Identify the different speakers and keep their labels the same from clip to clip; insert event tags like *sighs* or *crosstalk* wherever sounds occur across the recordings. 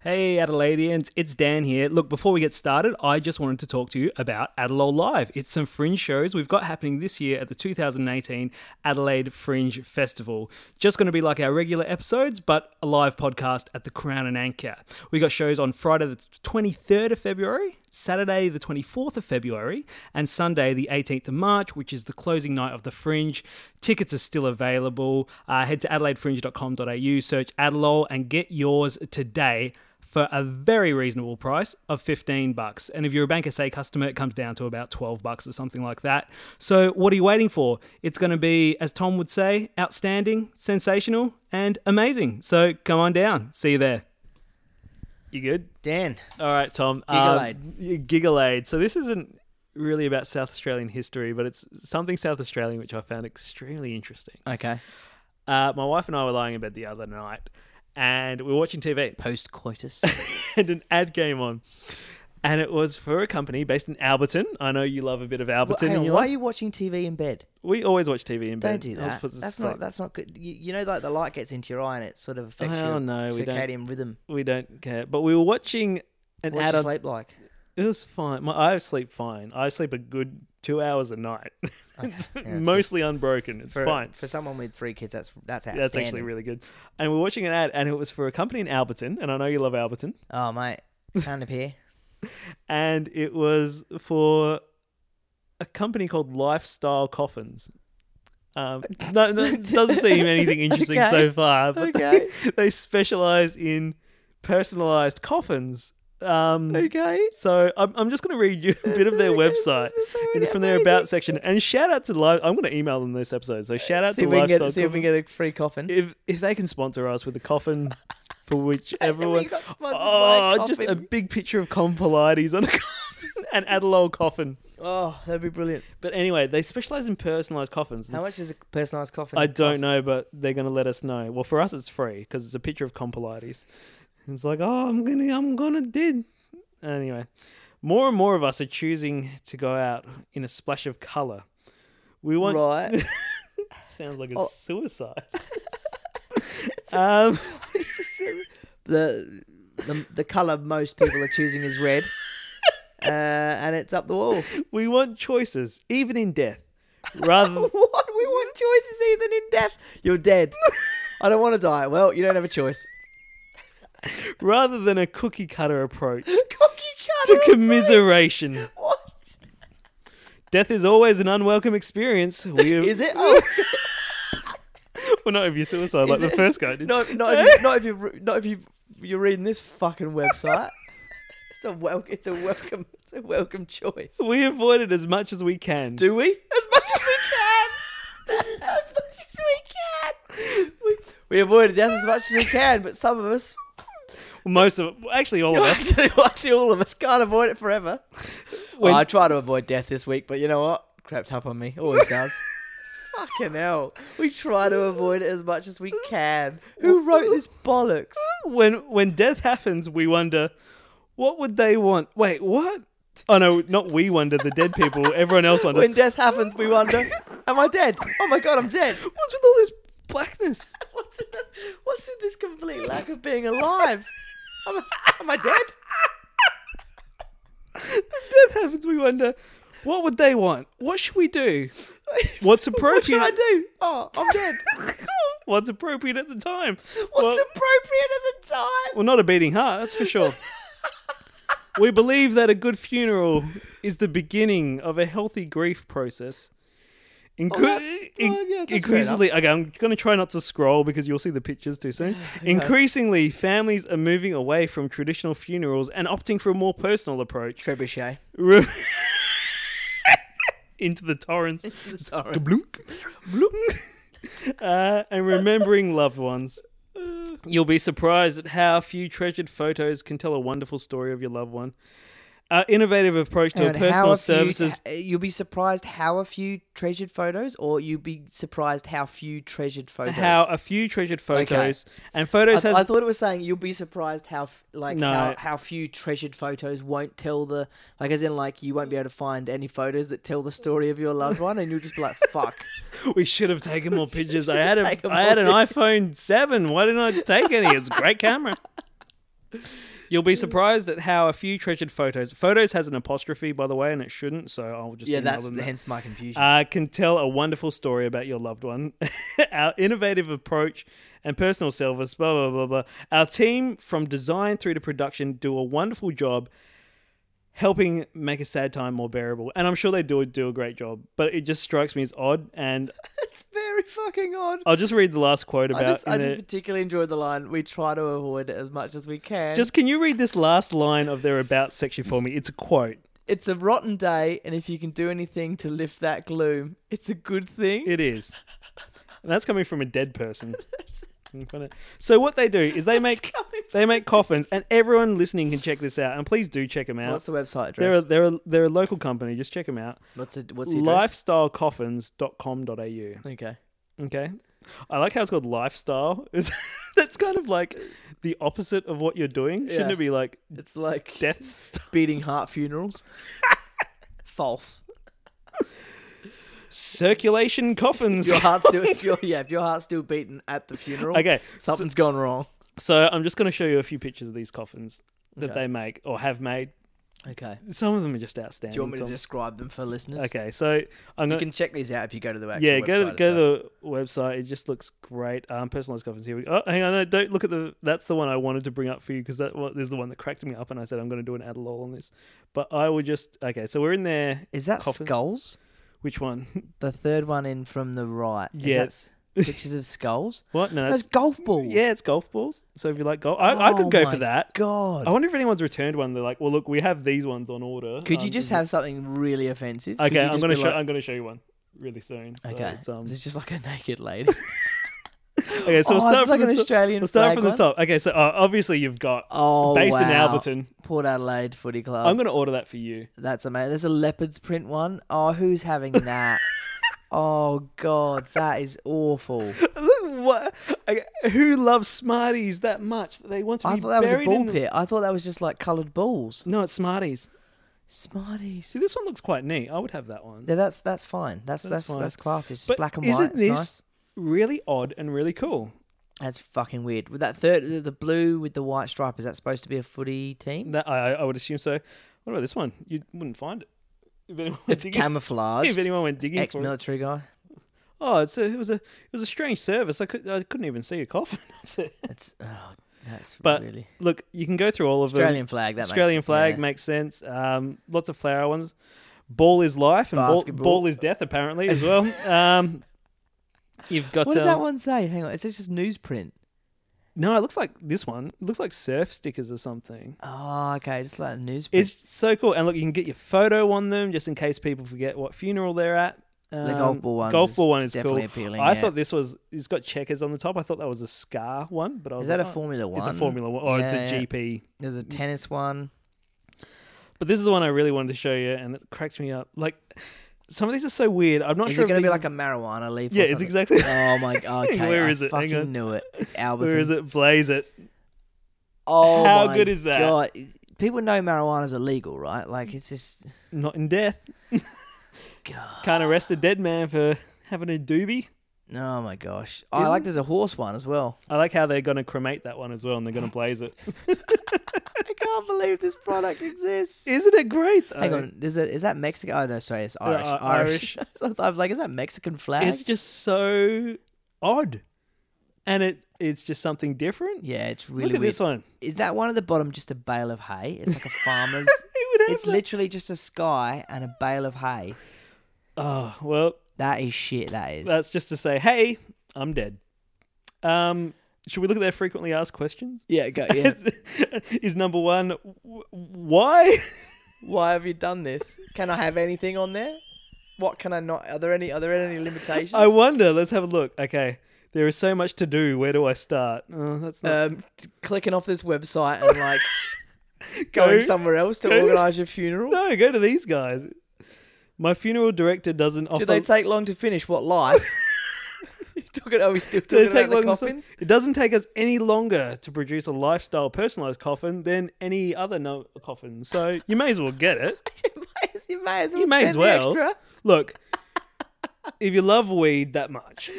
Speaker 1: Hey, Adelaideans, it's Dan here. Look, before we get started, I just wanted to talk to you about Adelaide Live. It's some fringe shows we've got happening this year at the 2018 Adelaide Fringe Festival. Just going to be like our regular episodes, but a live podcast at the Crown and Anchor. We got shows on Friday, the 23rd of February, Saturday, the 24th of February, and Sunday, the 18th of March, which is the closing night of the Fringe. Tickets are still available. Uh, head to adelaidefringe.com.au, search Adelol, and get yours today for a very reasonable price of 15 bucks. And if you're a Bank SA customer, it comes down to about 12 bucks or something like that. So what are you waiting for? It's going to be, as Tom would say, outstanding, sensational, and amazing. So come on down. See you there. You good?
Speaker 2: Dan,
Speaker 1: All right, Tom.
Speaker 2: Gigalade.
Speaker 1: Um, Gigalade. So this isn't really about South Australian history, but it's something South Australian which I found extremely interesting.
Speaker 2: okay,
Speaker 1: Uh, my wife and I were lying in bed the other night, and we were watching TV,
Speaker 2: post *laughs* coitus.
Speaker 1: *laughs* and an ad came on, and it was for a company based in Alberton. I know you love a bit of Alberton. in your
Speaker 2: why are
Speaker 1: life.
Speaker 2: you watching TV in bed?
Speaker 1: We always watch TV in
Speaker 2: Don't
Speaker 1: bed.
Speaker 2: do
Speaker 1: It helps
Speaker 2: that.
Speaker 1: us to
Speaker 2: That's
Speaker 1: sleep.
Speaker 2: not. That's not good. You, you know, like the light gets into your eye and it sort of affects
Speaker 1: Oh,
Speaker 2: your
Speaker 1: no, we don't.
Speaker 2: circadian rhythm.
Speaker 1: We don't care, but we were watching an
Speaker 2: What's
Speaker 1: ad.
Speaker 2: your
Speaker 1: On,
Speaker 2: sleep like?
Speaker 1: it was fine. My, I sleep fine. I sleep a good two hours a night. *laughs* it's
Speaker 2: yeah, that's good.
Speaker 1: mostly unbroken. It's
Speaker 2: For,
Speaker 1: fine.
Speaker 2: for someone with three kids. That's that's outstanding.
Speaker 1: That's actually really good. And we're watching an ad, and it was for a company in Alberton, and I know you love Alberton.
Speaker 2: Oh mate,
Speaker 1: *laughs*
Speaker 2: can't appear.
Speaker 1: And it was for a company called Lifestyle Coffins.
Speaker 2: *laughs*
Speaker 1: Um, no, no, it doesn't seem anything interesting
Speaker 2: Okay.
Speaker 1: so far. But
Speaker 2: Okay.
Speaker 1: *laughs* they specialize in personalized coffins. Um,
Speaker 2: Okay.
Speaker 1: So I'm, I'm just going to read you a bit of their
Speaker 2: *laughs*
Speaker 1: website
Speaker 2: That's already
Speaker 1: and from their
Speaker 2: amazing.
Speaker 1: about section. And shout out to Life. I'm going to email them this episode. So shout out
Speaker 2: See
Speaker 1: to
Speaker 2: if, we can
Speaker 1: Lifestyle
Speaker 2: get, see if we
Speaker 1: Coffins.
Speaker 2: can get a free coffin.
Speaker 1: if if they can sponsor us with a coffin
Speaker 2: *laughs*
Speaker 1: for which everyone
Speaker 2: got sponsored by a
Speaker 1: oh just a
Speaker 2: coffin.
Speaker 1: big picture of Con Pilates on a *laughs* coffin, an Adelol coffin.
Speaker 2: oh, that'd be brilliant.
Speaker 1: But anyway, they specialize in personalized coffins.
Speaker 2: How much is a personalised coffin?
Speaker 1: I don't
Speaker 2: cost?
Speaker 1: know, but they're going to let us know. Well, for us, it's free because it's a picture of Compilates. It's like, oh, I'm gonna, I'm gonna did. Anyway, more and more of us are choosing to go out in a splash of color. We want. *laughs*
Speaker 2: Right.
Speaker 1: Sounds like a
Speaker 2: Oh. *laughs*
Speaker 1: suicide. *laughs* um,
Speaker 2: the the the color most people are choosing is
Speaker 1: *laughs*
Speaker 2: red, uh, and it's up the wall.
Speaker 1: we want choices, even in death,
Speaker 2: *laughs*
Speaker 1: rather.
Speaker 2: what? We want choices even in death. You're dead. I don't want to die. Well, you don't have a *laughs* choice.
Speaker 1: rather than a cookie cutter approach
Speaker 2: Cookie
Speaker 1: to
Speaker 2: cutter.
Speaker 1: commiseration.
Speaker 2: What?
Speaker 1: Death is always an unwelcome experience. We,
Speaker 2: Is it? Oh,
Speaker 1: *laughs* Well, not if you suicide like the
Speaker 2: it?
Speaker 1: first guy did.
Speaker 2: no, *laughs* not *laughs* if you, not if you, re- not if you, you're reading this fucking website. *laughs* It's a welcome. It's a welcome. It's a welcome choice.
Speaker 1: *laughs* We avoid it as much as we can.
Speaker 2: Do we? As much as we can. as much as we can. We, we avoid death as much as we can, but some of us, *laughs*
Speaker 1: Most of well, actually all of us.
Speaker 2: actually, actually all of us, can't avoid it forever.
Speaker 1: When-
Speaker 2: Well, I try to avoid death this week, but you know what? Crept up on me. Always
Speaker 1: *laughs*
Speaker 2: does. Fucking hell. We try to avoid it as much as we can. Who wrote this bollocks?
Speaker 1: *laughs* When when death happens, we wonder what would they want? Wait, what? Oh no, not we wonder, the dead people. Everyone else wonders.
Speaker 2: *laughs* When death happens, we wonder, am I dead? Oh my god, I'm
Speaker 1: *laughs*
Speaker 2: dead.
Speaker 1: What's with all this blackness?
Speaker 2: What's with, the, what's with this complete lack of being alive? *laughs* Am I, am I dead?
Speaker 1: *laughs* death happens, we wonder what would they want? What should we do? *laughs* What's
Speaker 2: What should
Speaker 1: appropriate?
Speaker 2: I do? Oh, I'm
Speaker 1: *laughs*
Speaker 2: dead.
Speaker 1: What's appropriate at the time?
Speaker 2: What's
Speaker 1: well,
Speaker 2: appropriate at the time?
Speaker 1: well, not a beating heart, that's for sure. we believe that a good funeral is the beginning of a healthy grief process. Incre-
Speaker 2: Oh, that's- well, yeah, that's fair
Speaker 1: increasingly, okay, I'm going to try not to scroll because you'll see the pictures too
Speaker 2: *sighs*
Speaker 1: soon. Increasingly, families are moving away from traditional funerals and opting for a more personal approach
Speaker 2: *laughs* Trebuchet.
Speaker 1: Re- *laughs* into the torrents
Speaker 2: Sorry.
Speaker 1: Kablunk. uh, and remembering loved ones. You'll be surprised at how few treasured photos can tell a wonderful story of your loved one. Our innovative approach to
Speaker 2: And how
Speaker 1: personal
Speaker 2: a few-
Speaker 1: services.
Speaker 2: uh, you'll be surprised how a few treasured photos, or you'll be surprised how few treasured photos.
Speaker 1: How a few treasured photos and photos
Speaker 2: I,
Speaker 1: has
Speaker 2: I thought it was saying you'll be surprised how f- like
Speaker 1: No.
Speaker 2: how, how few treasured photos won't tell the like as in like you won't be able to find any photos that tell the story of your loved one and you'll just
Speaker 1: *laughs*
Speaker 2: be like fuck
Speaker 1: we should have taken
Speaker 2: *laughs*
Speaker 1: more pictures. I had
Speaker 2: taken
Speaker 1: a I had an
Speaker 2: more *laughs*
Speaker 1: iPhone seven. Why didn't I take any? It's a great camera. You'll be surprised at how a few treasured photos. Photos has an apostrophe, by the way, and it shouldn't. So I'll just
Speaker 2: Yeah,
Speaker 1: ignore
Speaker 2: that's
Speaker 1: them there.
Speaker 2: hence my confusion.
Speaker 1: uh, can tell a wonderful story about your loved one. *laughs* Our innovative approach and personal service, blah, blah, blah, blah. Our team from design through to production do a wonderful job helping make a sad time more bearable. And I'm sure they do, do a great job, but it just strikes me as odd. And
Speaker 2: *laughs* it's very fucking odd.
Speaker 1: I'll just read the last quote
Speaker 2: I
Speaker 1: about
Speaker 2: just, I
Speaker 1: in
Speaker 2: just
Speaker 1: it.
Speaker 2: particularly enjoyed the line. We try to avoid it as much as we can.
Speaker 1: Just can you read this last line of their about section for me? It's a quote.
Speaker 2: it's a rotten day, and if you can do anything to lift that gloom, it's a good thing.
Speaker 1: It is. And that's coming from a dead person. So what they do is they *laughs* make
Speaker 2: coming
Speaker 1: they make coffins, and everyone listening can check this out. And please do check them out.
Speaker 2: What's the website
Speaker 1: They're a,
Speaker 2: address?
Speaker 1: they're a, they're a local company. Just check them out.
Speaker 2: what's the what's the address?
Speaker 1: Lifestylecoffins.com.au.
Speaker 2: *laughs* Okay.
Speaker 1: Okay. I like how it's called lifestyle. *laughs* Is that's kind of like the opposite of what you're doing. Shouldn't
Speaker 2: Yeah.
Speaker 1: it be like
Speaker 2: It's like
Speaker 1: death?
Speaker 2: *laughs*
Speaker 1: St-
Speaker 2: beating heart *laughs* funerals. False.
Speaker 1: circulation coffins.
Speaker 2: Your
Speaker 1: *laughs*
Speaker 2: heart's still if your yeah, if your heart's still beating at the funeral,
Speaker 1: okay. So,
Speaker 2: something's gone wrong.
Speaker 1: so I'm just going to show you a few pictures of these coffins that
Speaker 2: Okay.
Speaker 1: they make or have made.
Speaker 2: Okay.
Speaker 1: Some of them are just
Speaker 2: Do
Speaker 1: outstanding.
Speaker 2: you want me to
Speaker 1: Tom.
Speaker 2: describe them for listeners?
Speaker 1: Okay, so I'm
Speaker 2: You
Speaker 1: gonna
Speaker 2: can check these out if you go to the actual
Speaker 1: yeah go to,
Speaker 2: website
Speaker 1: go to
Speaker 2: itself.
Speaker 1: the website. It just looks great. Um, personalized coffins. Here we go. Oh, hang on, no, don't look at the. That's the one I wanted to bring up for you because that one- is the one that cracked me up, and I said I'm going to do an Adderall on this. But I will just okay. So we're in there.
Speaker 2: Is that
Speaker 1: coffin.
Speaker 2: skulls?
Speaker 1: Which one? *laughs*
Speaker 2: The third one in from the right. Is that
Speaker 1: Yes.
Speaker 2: s- pictures of skulls?
Speaker 1: What? No,
Speaker 2: That's
Speaker 1: *laughs* that's
Speaker 2: golf balls.
Speaker 1: yeah, it's golf balls. So if you like golf, I, I
Speaker 2: Oh
Speaker 1: could go
Speaker 2: my
Speaker 1: for that.
Speaker 2: God.
Speaker 1: I wonder if anyone's returned one. They're like, well, look, we have these ones on order.
Speaker 2: Could
Speaker 1: Um,
Speaker 2: you just
Speaker 1: is it-
Speaker 2: have something really offensive? Could
Speaker 1: Okay,
Speaker 2: you
Speaker 1: I'm
Speaker 2: just
Speaker 1: gonna
Speaker 2: be
Speaker 1: show.
Speaker 2: like-
Speaker 1: I'm gonna show you one really soon. So
Speaker 2: okay.
Speaker 1: It's, um,
Speaker 2: It's just like a naked lady.
Speaker 1: *laughs* okay, so
Speaker 2: oh,
Speaker 1: we'll start
Speaker 2: it's like
Speaker 1: from
Speaker 2: an
Speaker 1: the top.
Speaker 2: Australian
Speaker 1: We'll start
Speaker 2: flag
Speaker 1: from the
Speaker 2: one.
Speaker 1: top. Okay, so uh, obviously you've got
Speaker 2: Oh,
Speaker 1: based in
Speaker 2: wow.
Speaker 1: Alberton.
Speaker 2: Port Adelaide Footy Club.
Speaker 1: I'm going to order that for *laughs* you.
Speaker 2: That's amazing. There's a leopard's print one. Oh, who's
Speaker 1: *laughs*
Speaker 2: having that? oh God, that is awful.
Speaker 1: what? Okay, Who loves Smarties that much that they want to be
Speaker 2: I thought that was a
Speaker 1: buried in
Speaker 2: ball
Speaker 1: them?
Speaker 2: pit. I thought that was just like coloured balls.
Speaker 1: No, it's Smarties.
Speaker 2: Smarties.
Speaker 1: See, this one looks quite neat. I would have that one.
Speaker 2: Yeah, that's that's fine. That's that's that's,
Speaker 1: fine.
Speaker 2: classy. It's just
Speaker 1: But
Speaker 2: black and
Speaker 1: isn't
Speaker 2: white. It's
Speaker 1: this-
Speaker 2: nice.
Speaker 1: Really odd and really cool.
Speaker 2: That's fucking weird. With that third, the, the blue with the white stripe, is that supposed to be a
Speaker 1: *laughs*
Speaker 2: footy team?
Speaker 1: That I, I would assume so. What about this one? You wouldn't find it if anyone went
Speaker 2: It's
Speaker 1: digging.
Speaker 2: camouflage.
Speaker 1: If anyone went digging for it.
Speaker 2: Ex-military guy.
Speaker 1: Oh, it's a, it was a it was a strange service. I could I couldn't even see a coffin *laughs* up there.
Speaker 2: That's oh, that's
Speaker 1: But
Speaker 2: really
Speaker 1: Look, you can go through all of them.
Speaker 2: Australian flag. That
Speaker 1: Australian
Speaker 2: makes,
Speaker 1: flag
Speaker 2: yeah.
Speaker 1: makes sense. Um, lots of flower ones. Ball is life and ball,
Speaker 2: Basketball.
Speaker 1: ball is death apparently as well.
Speaker 2: *laughs*
Speaker 1: Um, you've got
Speaker 2: What does that
Speaker 1: um,
Speaker 2: one say? Hang on, is this just newsprint?
Speaker 1: no. It looks like this one. It looks like surf stickers or something.
Speaker 2: Oh, okay, just like a newsprint.
Speaker 1: It's so cool. And look, you can get your photo on them just in case people forget what funeral they're at. Um,
Speaker 2: the golf ball one.
Speaker 1: golf ball one is
Speaker 2: definitely
Speaker 1: cool.
Speaker 2: appealing.
Speaker 1: I
Speaker 2: yeah.
Speaker 1: thought this was. It's got checkers on the top. I thought that was a scar one, but I was
Speaker 2: is that a
Speaker 1: like, oh,
Speaker 2: Formula One?
Speaker 1: It's a Formula One or it's a Mm.
Speaker 2: Yeah, yeah.
Speaker 1: GP.
Speaker 2: There's a tennis one.
Speaker 1: But this is the one I really wanted to show you, and it cracked me up. Like some of these are so weird. I'm not
Speaker 2: is
Speaker 1: sure.
Speaker 2: it going
Speaker 1: if
Speaker 2: to be
Speaker 1: these-
Speaker 2: like a marijuana leaf? or
Speaker 1: Yeah, it's
Speaker 2: something?
Speaker 1: exactly.
Speaker 2: *laughs* Oh
Speaker 1: *laughs*
Speaker 2: my god! Okay,
Speaker 1: Where
Speaker 2: I
Speaker 1: is it? Hang
Speaker 2: fucking
Speaker 1: on.
Speaker 2: knew it. It's
Speaker 1: *laughs*
Speaker 2: Alberton.
Speaker 1: Where is it? Blaze it.
Speaker 2: Oh,
Speaker 1: How
Speaker 2: my
Speaker 1: good is that?
Speaker 2: God. People know marijuana's illegal, right? Like it's just
Speaker 1: Not in death.
Speaker 2: *laughs* God.
Speaker 1: Can't arrest a dead man for having a doobie.
Speaker 2: Oh my gosh! Oh, I
Speaker 1: Isn't-
Speaker 2: like there's a horse one
Speaker 1: *laughs*
Speaker 2: as well.
Speaker 1: I like how they're gonna cremate that one as well, and they're gonna blaze
Speaker 2: *laughs*
Speaker 1: it.
Speaker 2: I can't believe this product exists.
Speaker 1: Isn't it great? Though?
Speaker 2: Hang on, is it is that Mexican? Oh no, sorry, it's
Speaker 1: Uh,
Speaker 2: Irish.
Speaker 1: uh,
Speaker 2: Irish. *laughs* So I was like, is that Mexican flag?
Speaker 1: It's just so odd, and it it's just something different.
Speaker 2: yeah, it's really
Speaker 1: Look at
Speaker 2: weird.
Speaker 1: this one. *laughs*
Speaker 2: Is that one at the bottom just a bale of hay? It's like a farmer's.
Speaker 1: It would have
Speaker 2: it's literally just a sky and a bale of hay.
Speaker 1: oh well,
Speaker 2: That is shit. That is.
Speaker 1: that's just to say, hey, I'm dead. Um, should we look at their frequently asked questions?
Speaker 2: yeah, go, yeah.
Speaker 1: *laughs* is number one w-
Speaker 2: *laughs*
Speaker 1: why
Speaker 2: Why have you done this? Can I have anything on there? What can I not? Are there any? Are there any limitations?
Speaker 1: i wonder let's have a look okay there is so much to do where do i start oh that's not
Speaker 2: um, t- clicking off this website
Speaker 1: *laughs*
Speaker 2: and like
Speaker 1: Go-
Speaker 2: going somewhere else to
Speaker 1: go-
Speaker 2: organise your funeral.
Speaker 1: no go to these guys my funeral director doesn't offer
Speaker 2: Did they take long to finish? What
Speaker 1: *laughs*
Speaker 2: life? *laughs* you talking? Are we still
Speaker 1: Do they
Speaker 2: talking about the
Speaker 1: long to-
Speaker 2: coffins? *laughs*
Speaker 1: it doesn't take us any longer to produce a lifestyle personalized coffin than any other no- coffin so you may as well get it
Speaker 2: you, may, as- you may as well.
Speaker 1: You may as
Speaker 2: spend the
Speaker 1: well.
Speaker 2: extra.
Speaker 1: *laughs* look if you love weed that much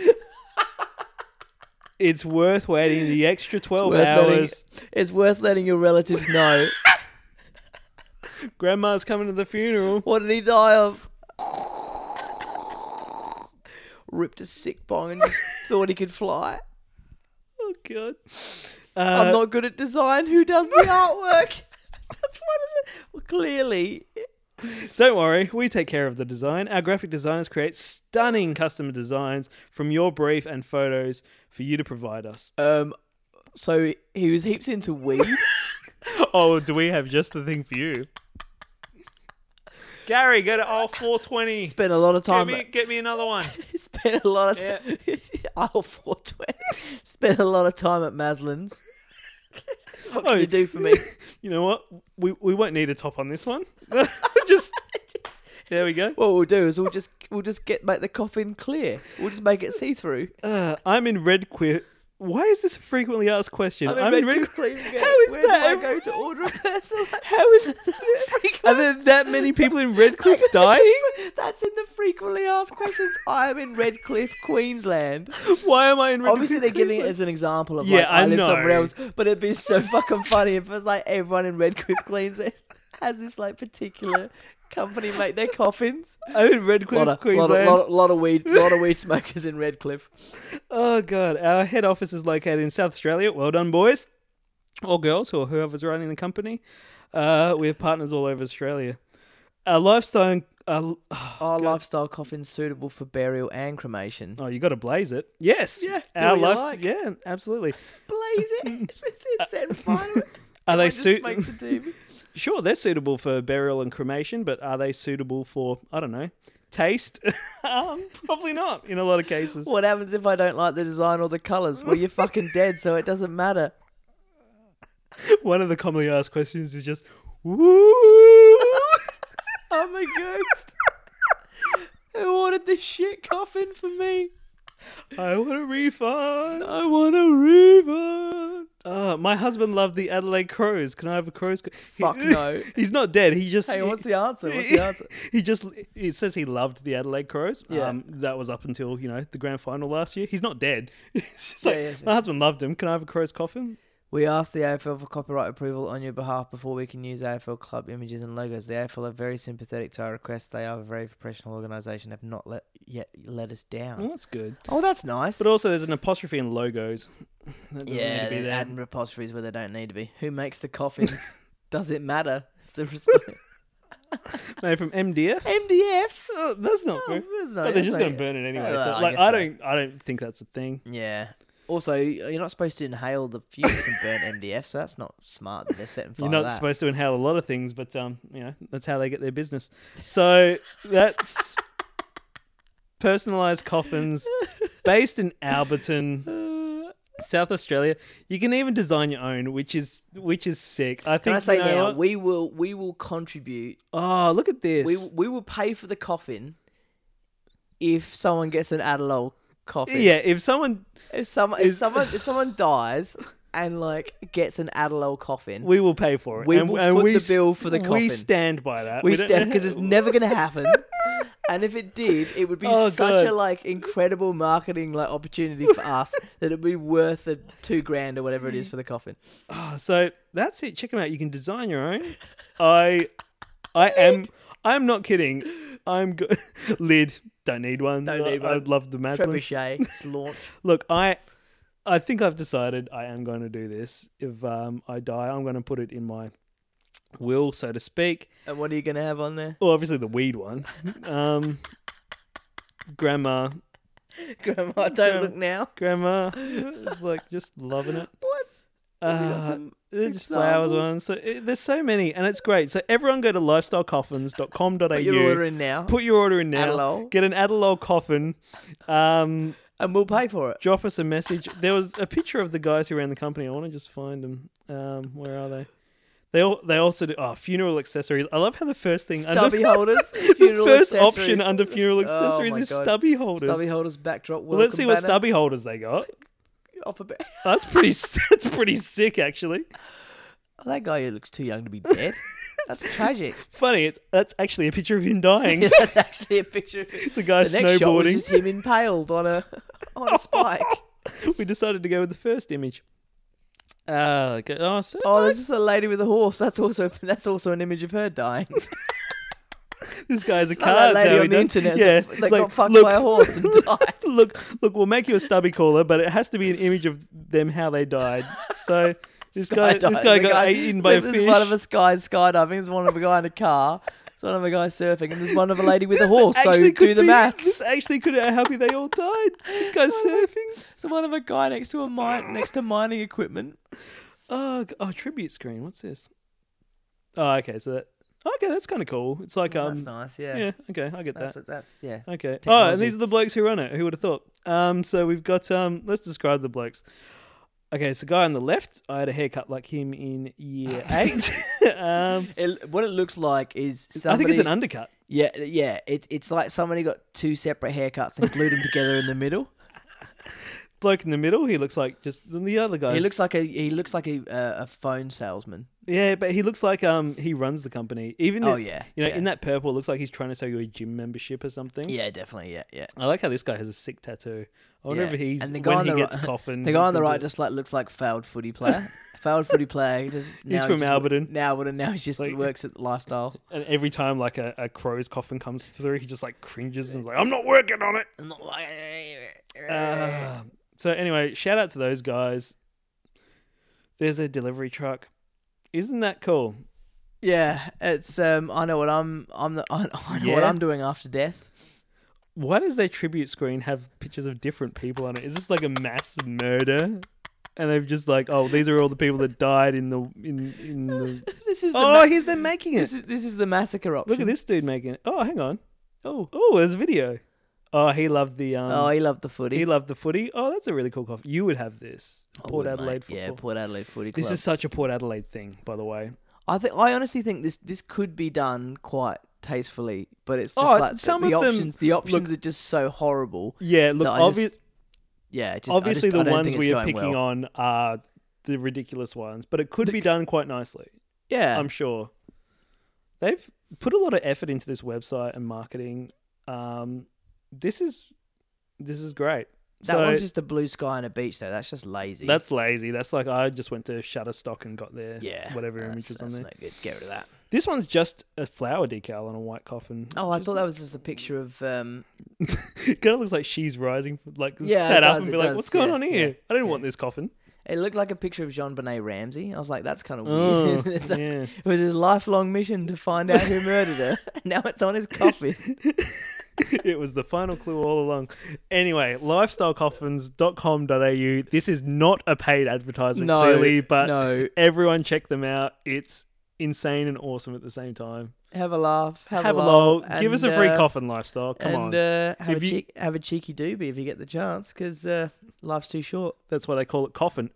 Speaker 1: it's worth waiting the extra 12
Speaker 2: worth letting-
Speaker 1: hours.
Speaker 2: It's worth letting your relatives
Speaker 1: *laughs*
Speaker 2: know.
Speaker 1: Grandma's coming to the funeral.
Speaker 2: what did he die of? Ripped a sick bong
Speaker 1: *laughs*
Speaker 2: and just thought he could fly.
Speaker 1: *laughs* Oh, God.
Speaker 2: I'm
Speaker 1: Uh,
Speaker 2: not good at design. Who does
Speaker 1: *laughs*
Speaker 2: the artwork? *laughs* That's one of the. Well, clearly.
Speaker 1: Don't worry, we take care of the design. Our graphic designers create stunning customer designs from your brief and photos for you to provide us.
Speaker 2: Um, so he was heaps into weed.
Speaker 1: *laughs* Oh, do we have just the thing for *laughs* you? Gary, go to aisle 420.
Speaker 2: Spent a lot of time.
Speaker 1: get me another one.
Speaker 2: *laughs* Spent a lot of time. *laughs* aisle 420. Spent a lot of time at Maslin's. *laughs* what can
Speaker 1: Oh.
Speaker 2: you do for me?
Speaker 1: You know what? We, we won't need a top on this one. *laughs*
Speaker 2: *laughs*
Speaker 1: just there we go.
Speaker 2: What we'll do is we'll just we'll just get make the coffin clear. We'll just make it see through.
Speaker 1: Uh, I'm in red quit. Why is this a frequently asked question?
Speaker 2: I mean,
Speaker 1: Quit.
Speaker 2: How is that?
Speaker 1: that?
Speaker 2: I go to order a personal?
Speaker 1: *laughs* How
Speaker 2: *laughs*
Speaker 1: is
Speaker 2: Freak-
Speaker 1: Are
Speaker 2: *laughs*
Speaker 1: there that many people in Redcliffe dying?
Speaker 2: That's in the frequently asked questions. I am in Redcliffe, Queensland.
Speaker 1: Why am I in *laughs* Redcliffe?
Speaker 2: Obviously, they're giving it as an example of like
Speaker 1: Yeah,
Speaker 2: I,
Speaker 1: I
Speaker 2: live
Speaker 1: know.
Speaker 2: somewhere else, but it'd be so fucking funny if it's like everyone in Redcliffe, Queensland *laughs* has this like particular company make their coffins.
Speaker 1: I'm in Redcliffe,
Speaker 2: Lot of, lot,
Speaker 1: Queensland.
Speaker 2: of, lot, of, lot of weed, lot of weed smokers in Redcliffe.
Speaker 1: Oh god, our head office is located in South Australia. Well done, boys, or girls, or whoever's running the company. Uh, we have partners all over Australia. Our lifestyle. Uh,
Speaker 2: Are lifestyle coffins suitable for burial
Speaker 1: *laughs*
Speaker 2: and cremation?
Speaker 1: oh, you got to blaze it. Yes.
Speaker 2: Yeah, do
Speaker 1: Our
Speaker 2: what you
Speaker 1: life.
Speaker 2: like.
Speaker 1: Yeah, absolutely.
Speaker 2: Blaze it.
Speaker 1: *laughs*
Speaker 2: *laughs* It's set fire. to it.
Speaker 1: Are they
Speaker 2: Everyone just
Speaker 1: suit?
Speaker 2: smokes a doobie.
Speaker 1: *laughs* Sure, they're suitable for burial and cremation, but are they suitable for I don't know taste? *laughs* um, probably not in a lot of cases.
Speaker 2: What happens if I don't like the design or the colours? Well, you're fucking dead, so it
Speaker 1: *laughs*
Speaker 2: doesn't matter.
Speaker 1: *laughs* One of the commonly asked questions is just, "Woo,
Speaker 2: I'm a ghost. Who ordered this shit coffin for me?
Speaker 1: I want a refund."
Speaker 2: I want a refund.
Speaker 1: Uh, my husband loved the Adelaide Crows. Can I have a Crows? Co- *laughs* he-
Speaker 2: Fuck no.
Speaker 1: He's not dead. He just.
Speaker 2: Hey,
Speaker 1: he,
Speaker 2: what's the answer? What's the answer?
Speaker 1: *laughs* He just. It says he loved the Adelaide Crows.
Speaker 2: Yeah.
Speaker 1: Um, that was up until you know the grand final last year. He's not dead. *laughs* It's just like,
Speaker 2: Yeah, yeah,
Speaker 1: my husband loved him. Can I have a Crows coffin?
Speaker 2: We asked the AFL for copyright approval on your behalf before we can use AFL club images and logos. The AFL are very sympathetic to our request. They are a very professional organisation. Have not let yet let us
Speaker 1: Well,
Speaker 2: down.
Speaker 1: that's good.
Speaker 2: Oh, that's nice.
Speaker 1: Mm. But also, there's an apostrophe in logos. That doesn't need
Speaker 2: yeah,
Speaker 1: to be
Speaker 2: they're
Speaker 1: there.
Speaker 2: adding repositories where they don't need to be. Who makes
Speaker 1: *laughs*
Speaker 2: the coffins? Does it matter? It's the response.
Speaker 1: No, from MDF.
Speaker 2: MDF.
Speaker 1: Uh, that's not.
Speaker 2: Oh,
Speaker 1: good.
Speaker 2: that's
Speaker 1: but
Speaker 2: not-
Speaker 1: they're
Speaker 2: that's
Speaker 1: just
Speaker 2: not-
Speaker 1: gonna burn it anyway. so,
Speaker 2: Oh, well, I
Speaker 1: like,
Speaker 2: guess
Speaker 1: I
Speaker 2: so.
Speaker 1: don't. I don't think that's a thing.
Speaker 2: Yeah. Also, you're not supposed to inhale the fumes from burnt MDF, so that's not smart. that They're setting fire
Speaker 1: You're
Speaker 2: to
Speaker 1: not
Speaker 2: that.
Speaker 1: supposed to inhale a lot of things, but um, you know that's how they get their business. So
Speaker 2: *laughs*
Speaker 1: that's personalized coffins based in Alberton,
Speaker 2: *laughs*
Speaker 1: South Australia. You can even design your own, which is which is sick. I think.
Speaker 2: Can I say
Speaker 1: you know
Speaker 2: now
Speaker 1: what?
Speaker 2: we will we will contribute.
Speaker 1: oh, look at this.
Speaker 2: We we will pay for the coffin if someone gets an Adderall coffin.
Speaker 1: yeah, if someone,
Speaker 2: If someone if someone if someone dies and like gets an Adderall coffin, we,
Speaker 1: we will pay for it.
Speaker 2: We will foot the
Speaker 1: s-
Speaker 2: bill for the
Speaker 1: We
Speaker 2: coffin.
Speaker 1: stand by that. don't-
Speaker 2: stand
Speaker 1: *laughs*
Speaker 2: because it's never going to happen. And if it did, it would be
Speaker 1: Oh,
Speaker 2: such
Speaker 1: God.
Speaker 2: a like incredible marketing like opportunity for
Speaker 1: *laughs*
Speaker 2: us that it'd be worth the two grand or whatever it is for
Speaker 1: *laughs*
Speaker 2: the coffin.
Speaker 1: Oh, so that's it. Check them out. You can design your
Speaker 2: *laughs*
Speaker 1: own. I, I am. I'm not kidding. I'm good. *laughs* Lid. Don't need one.
Speaker 2: Don't need
Speaker 1: I-
Speaker 2: one.
Speaker 1: I'd love the Maslin.
Speaker 2: Trebuchet, just launch.
Speaker 1: Look, I, I think I've decided I am going to do this. If um, I die, I'm going to put it in my will, so to speak.
Speaker 2: And what are you going to have
Speaker 1: *laughs*
Speaker 2: on there?
Speaker 1: Well, obviously the weed one. *laughs* Um, grandma,
Speaker 2: Grandma, don't look now.
Speaker 1: grandma. It's like just loving it.
Speaker 2: What? Have you got
Speaker 1: Uh,
Speaker 2: some
Speaker 1: They're just flowers
Speaker 2: examples?
Speaker 1: ones. So it, there's so many, and it's great. So everyone go to lifestylecoffins.com.au.
Speaker 2: But you're ordering now,
Speaker 1: Put your order in now.
Speaker 2: Adderall.
Speaker 1: Get an Adderall coffin. Um,
Speaker 2: and we'll pay for it.
Speaker 1: drop us a message. There was a picture of the guys who ran the company. I want to just find them. Um, where are they? They all, they also do oh, funeral accessories. I love how *laughs* the first thing
Speaker 2: Stubby
Speaker 1: under
Speaker 2: holders,
Speaker 1: the
Speaker 2: funeral
Speaker 1: first
Speaker 2: accessories.
Speaker 1: option under funeral
Speaker 2: Oh
Speaker 1: accessories
Speaker 2: my
Speaker 1: is
Speaker 2: God.
Speaker 1: stubby holders.
Speaker 2: stubby holders, backdrop. Welcome
Speaker 1: well, let's see what
Speaker 2: banner,
Speaker 1: stubby holders they got.
Speaker 2: alphabet.
Speaker 1: That's pretty. *laughs* That's pretty sick, actually.
Speaker 2: *laughs* Oh, that guy looks too young to be dead. That's
Speaker 1: *laughs*
Speaker 2: tragic. *laughs*
Speaker 1: Funny. It's, that's actually a picture of him dying.
Speaker 2: That's actually a picture. Of
Speaker 1: It's a guy
Speaker 2: the next shot was
Speaker 1: snowboarding. *laughs*
Speaker 2: just him impaled on a on a spike.
Speaker 1: we decided to go with the first image. Uh, go- oh, so
Speaker 2: Oh, there's just a lady with a horse. That's also that's also an image of her dying.
Speaker 1: this guy's a
Speaker 2: Like that
Speaker 1: card.
Speaker 2: lady on the internet
Speaker 1: yeah,
Speaker 2: that,
Speaker 1: it's
Speaker 2: that
Speaker 1: like,
Speaker 2: got fucked
Speaker 1: look,
Speaker 2: by a horse
Speaker 1: *laughs*
Speaker 2: and died.
Speaker 1: look, look. We'll make you a stubby caller, but it has to be an image of them how they died.
Speaker 2: *laughs*
Speaker 1: So this guy,
Speaker 2: Skydiving.
Speaker 1: this guy
Speaker 2: The
Speaker 1: got eaten by a
Speaker 2: there's
Speaker 1: fish.
Speaker 2: one of us guy skydiving. There's one of a guy in a car. There's one of a guy surfing, and there's one of a lady with a
Speaker 1: This
Speaker 2: horse. So
Speaker 1: actually could
Speaker 2: do the
Speaker 1: be-
Speaker 2: maths.
Speaker 1: This actually could help you. They all died. This
Speaker 2: *laughs*
Speaker 1: guy's surfing.
Speaker 2: So one of a guy next to a mine, next to
Speaker 1: *laughs*
Speaker 2: mining equipment.
Speaker 1: Oh, g- oh, tribute screen. What's this? Oh, okay. So that. Okay, that's kind of cool. It's like um.
Speaker 2: that's nice. Yeah.
Speaker 1: yeah. Okay, I get that.
Speaker 2: that's, that's yeah.
Speaker 1: Okay. Oh, and
Speaker 2: Technology.
Speaker 1: these are the blokes who run it. Who would have thought? Um, so we've got um. Let's describe the blokes. Okay, so guy on the left, I had a haircut like him in
Speaker 2: *laughs*
Speaker 1: year eight. *laughs* um,
Speaker 2: It, what it looks like is
Speaker 1: I
Speaker 2: somebody.
Speaker 1: think it's an undercut.
Speaker 2: yeah, yeah. It, it's like somebody got two separate haircuts and glued them together in
Speaker 1: *laughs*
Speaker 2: the middle.
Speaker 1: Bloke in the middle, he looks like just than the other guy.
Speaker 2: He looks like a he looks like a uh, a phone salesman.
Speaker 1: yeah, but he looks like um he runs the company. Even
Speaker 2: Oh
Speaker 1: if-
Speaker 2: yeah,
Speaker 1: you know
Speaker 2: yeah.
Speaker 1: in that purple, it looks like he's trying to sell you a gym membership or something.
Speaker 2: yeah, definitely, yeah, yeah.
Speaker 1: I like how this guy has a sick tattoo. I wonder
Speaker 2: Yeah,
Speaker 1: if he's
Speaker 2: and the guy
Speaker 1: when
Speaker 2: on
Speaker 1: he
Speaker 2: the
Speaker 1: gets
Speaker 2: *laughs* right-
Speaker 1: coffin.
Speaker 2: The
Speaker 1: he's
Speaker 2: guy on the
Speaker 1: gonna
Speaker 2: right
Speaker 1: do-
Speaker 2: just like looks like failed
Speaker 1: *laughs*
Speaker 2: footy player. failed footy player. he Just, now
Speaker 1: he's
Speaker 2: he
Speaker 1: from
Speaker 2: just,
Speaker 1: Alberton,
Speaker 2: Now, but now he just
Speaker 1: Like-
Speaker 2: works
Speaker 1: *laughs*
Speaker 2: at lifestyle.
Speaker 1: and every time like a, a crow's coffin comes through, he just like cringes and is like, "I'm not working on it."
Speaker 2: I'm not like-
Speaker 1: Uh, so anyway, shout out to those guys. There's their delivery truck. Isn't that cool?
Speaker 2: yeah, it's um. I know what I'm. I'm the. *laughs* I, I know what
Speaker 1: Yeah?
Speaker 2: I'm doing after death. *laughs*
Speaker 1: Why does their tribute screen have pictures of different people on it? Is this like a mass murder? And they've just like, oh, these are all the people that died in the in in the.
Speaker 2: This *laughs* is. The
Speaker 1: Oh,
Speaker 2: ma-
Speaker 1: here's them making it.
Speaker 2: this is this is the massacre option.
Speaker 1: Look at this dude making it. Oh, hang on. Oh, oh, there's a video. Oh, he loved the um.
Speaker 2: oh, he loved the footy.
Speaker 1: he loved the footy. Oh, that's a really cool coffee. You would have this
Speaker 2: I
Speaker 1: Port
Speaker 2: would, mate.
Speaker 1: Adelaide football.
Speaker 2: Yeah, Port Adelaide footy club.
Speaker 1: this is such a Port Adelaide thing, by the way.
Speaker 2: I think I honestly think this this could be done quite tastefully, but it's just
Speaker 1: Oh,
Speaker 2: like the-
Speaker 1: some
Speaker 2: the,
Speaker 1: of them-
Speaker 2: options. The options are just so horrible.
Speaker 1: Yeah, look,
Speaker 2: that I
Speaker 1: obvi-
Speaker 2: just- yeah, just, I
Speaker 1: obviously
Speaker 2: just-
Speaker 1: the
Speaker 2: I don't
Speaker 1: ones
Speaker 2: think it's
Speaker 1: we are
Speaker 2: going
Speaker 1: picking
Speaker 2: well.
Speaker 1: on are the ridiculous ones, but it could be done quite nicely,
Speaker 2: Yeah,
Speaker 1: I'm sure. They've put a lot of effort into this website and marketing. Um, this is this is great.
Speaker 2: that
Speaker 1: so
Speaker 2: one's just a blue sky and a beach. Though that's just lazy.
Speaker 1: that's lazy. That's like I just went to Shutterstock and got their
Speaker 2: yeah,
Speaker 1: whatever
Speaker 2: that's-
Speaker 1: image was on
Speaker 2: that's
Speaker 1: there.
Speaker 2: No good. Get rid of that.
Speaker 1: This one's just a flower decal on a white coffin.
Speaker 2: Oh, I
Speaker 1: Just- *laughs*
Speaker 2: thought that was just a picture of. Um,
Speaker 1: it kind of looks like she's rising, from, like
Speaker 2: Yeah, it
Speaker 1: sat up
Speaker 2: does,
Speaker 1: and
Speaker 2: it
Speaker 1: be like,
Speaker 2: does,
Speaker 1: "What's going
Speaker 2: yeah,
Speaker 1: on here?
Speaker 2: yeah,
Speaker 1: I don't
Speaker 2: yeah.
Speaker 1: want this
Speaker 2: *laughs*
Speaker 1: coffin."
Speaker 2: it looked like a picture of Jean Bonnet Ramsey. I was like, that's kind of
Speaker 1: Oh,
Speaker 2: weird. *laughs* It's like-
Speaker 1: yeah.
Speaker 2: It was his lifelong mission to find out who murdered
Speaker 1: *laughs*
Speaker 2: her. *laughs* Now it's on his coffin.
Speaker 1: it was the final clue all along. Anyway, lifestylecoffins.com.au. This is not a paid advertisement,
Speaker 2: No,
Speaker 1: clearly, but
Speaker 2: no.
Speaker 1: everyone check them out. It's insane and awesome at the same time.
Speaker 2: Have a laugh. Have,
Speaker 1: Have, a lol.
Speaker 2: laugh,
Speaker 1: Give us a
Speaker 2: and,
Speaker 1: free
Speaker 2: uh,
Speaker 1: coffin lifestyle. Come
Speaker 2: and
Speaker 1: on.
Speaker 2: Uh, have,
Speaker 1: If
Speaker 2: a
Speaker 1: you-
Speaker 2: cheek, have a cheeky doobie if you get the chance, because uh, life's too short.
Speaker 1: That's why they call it coffin.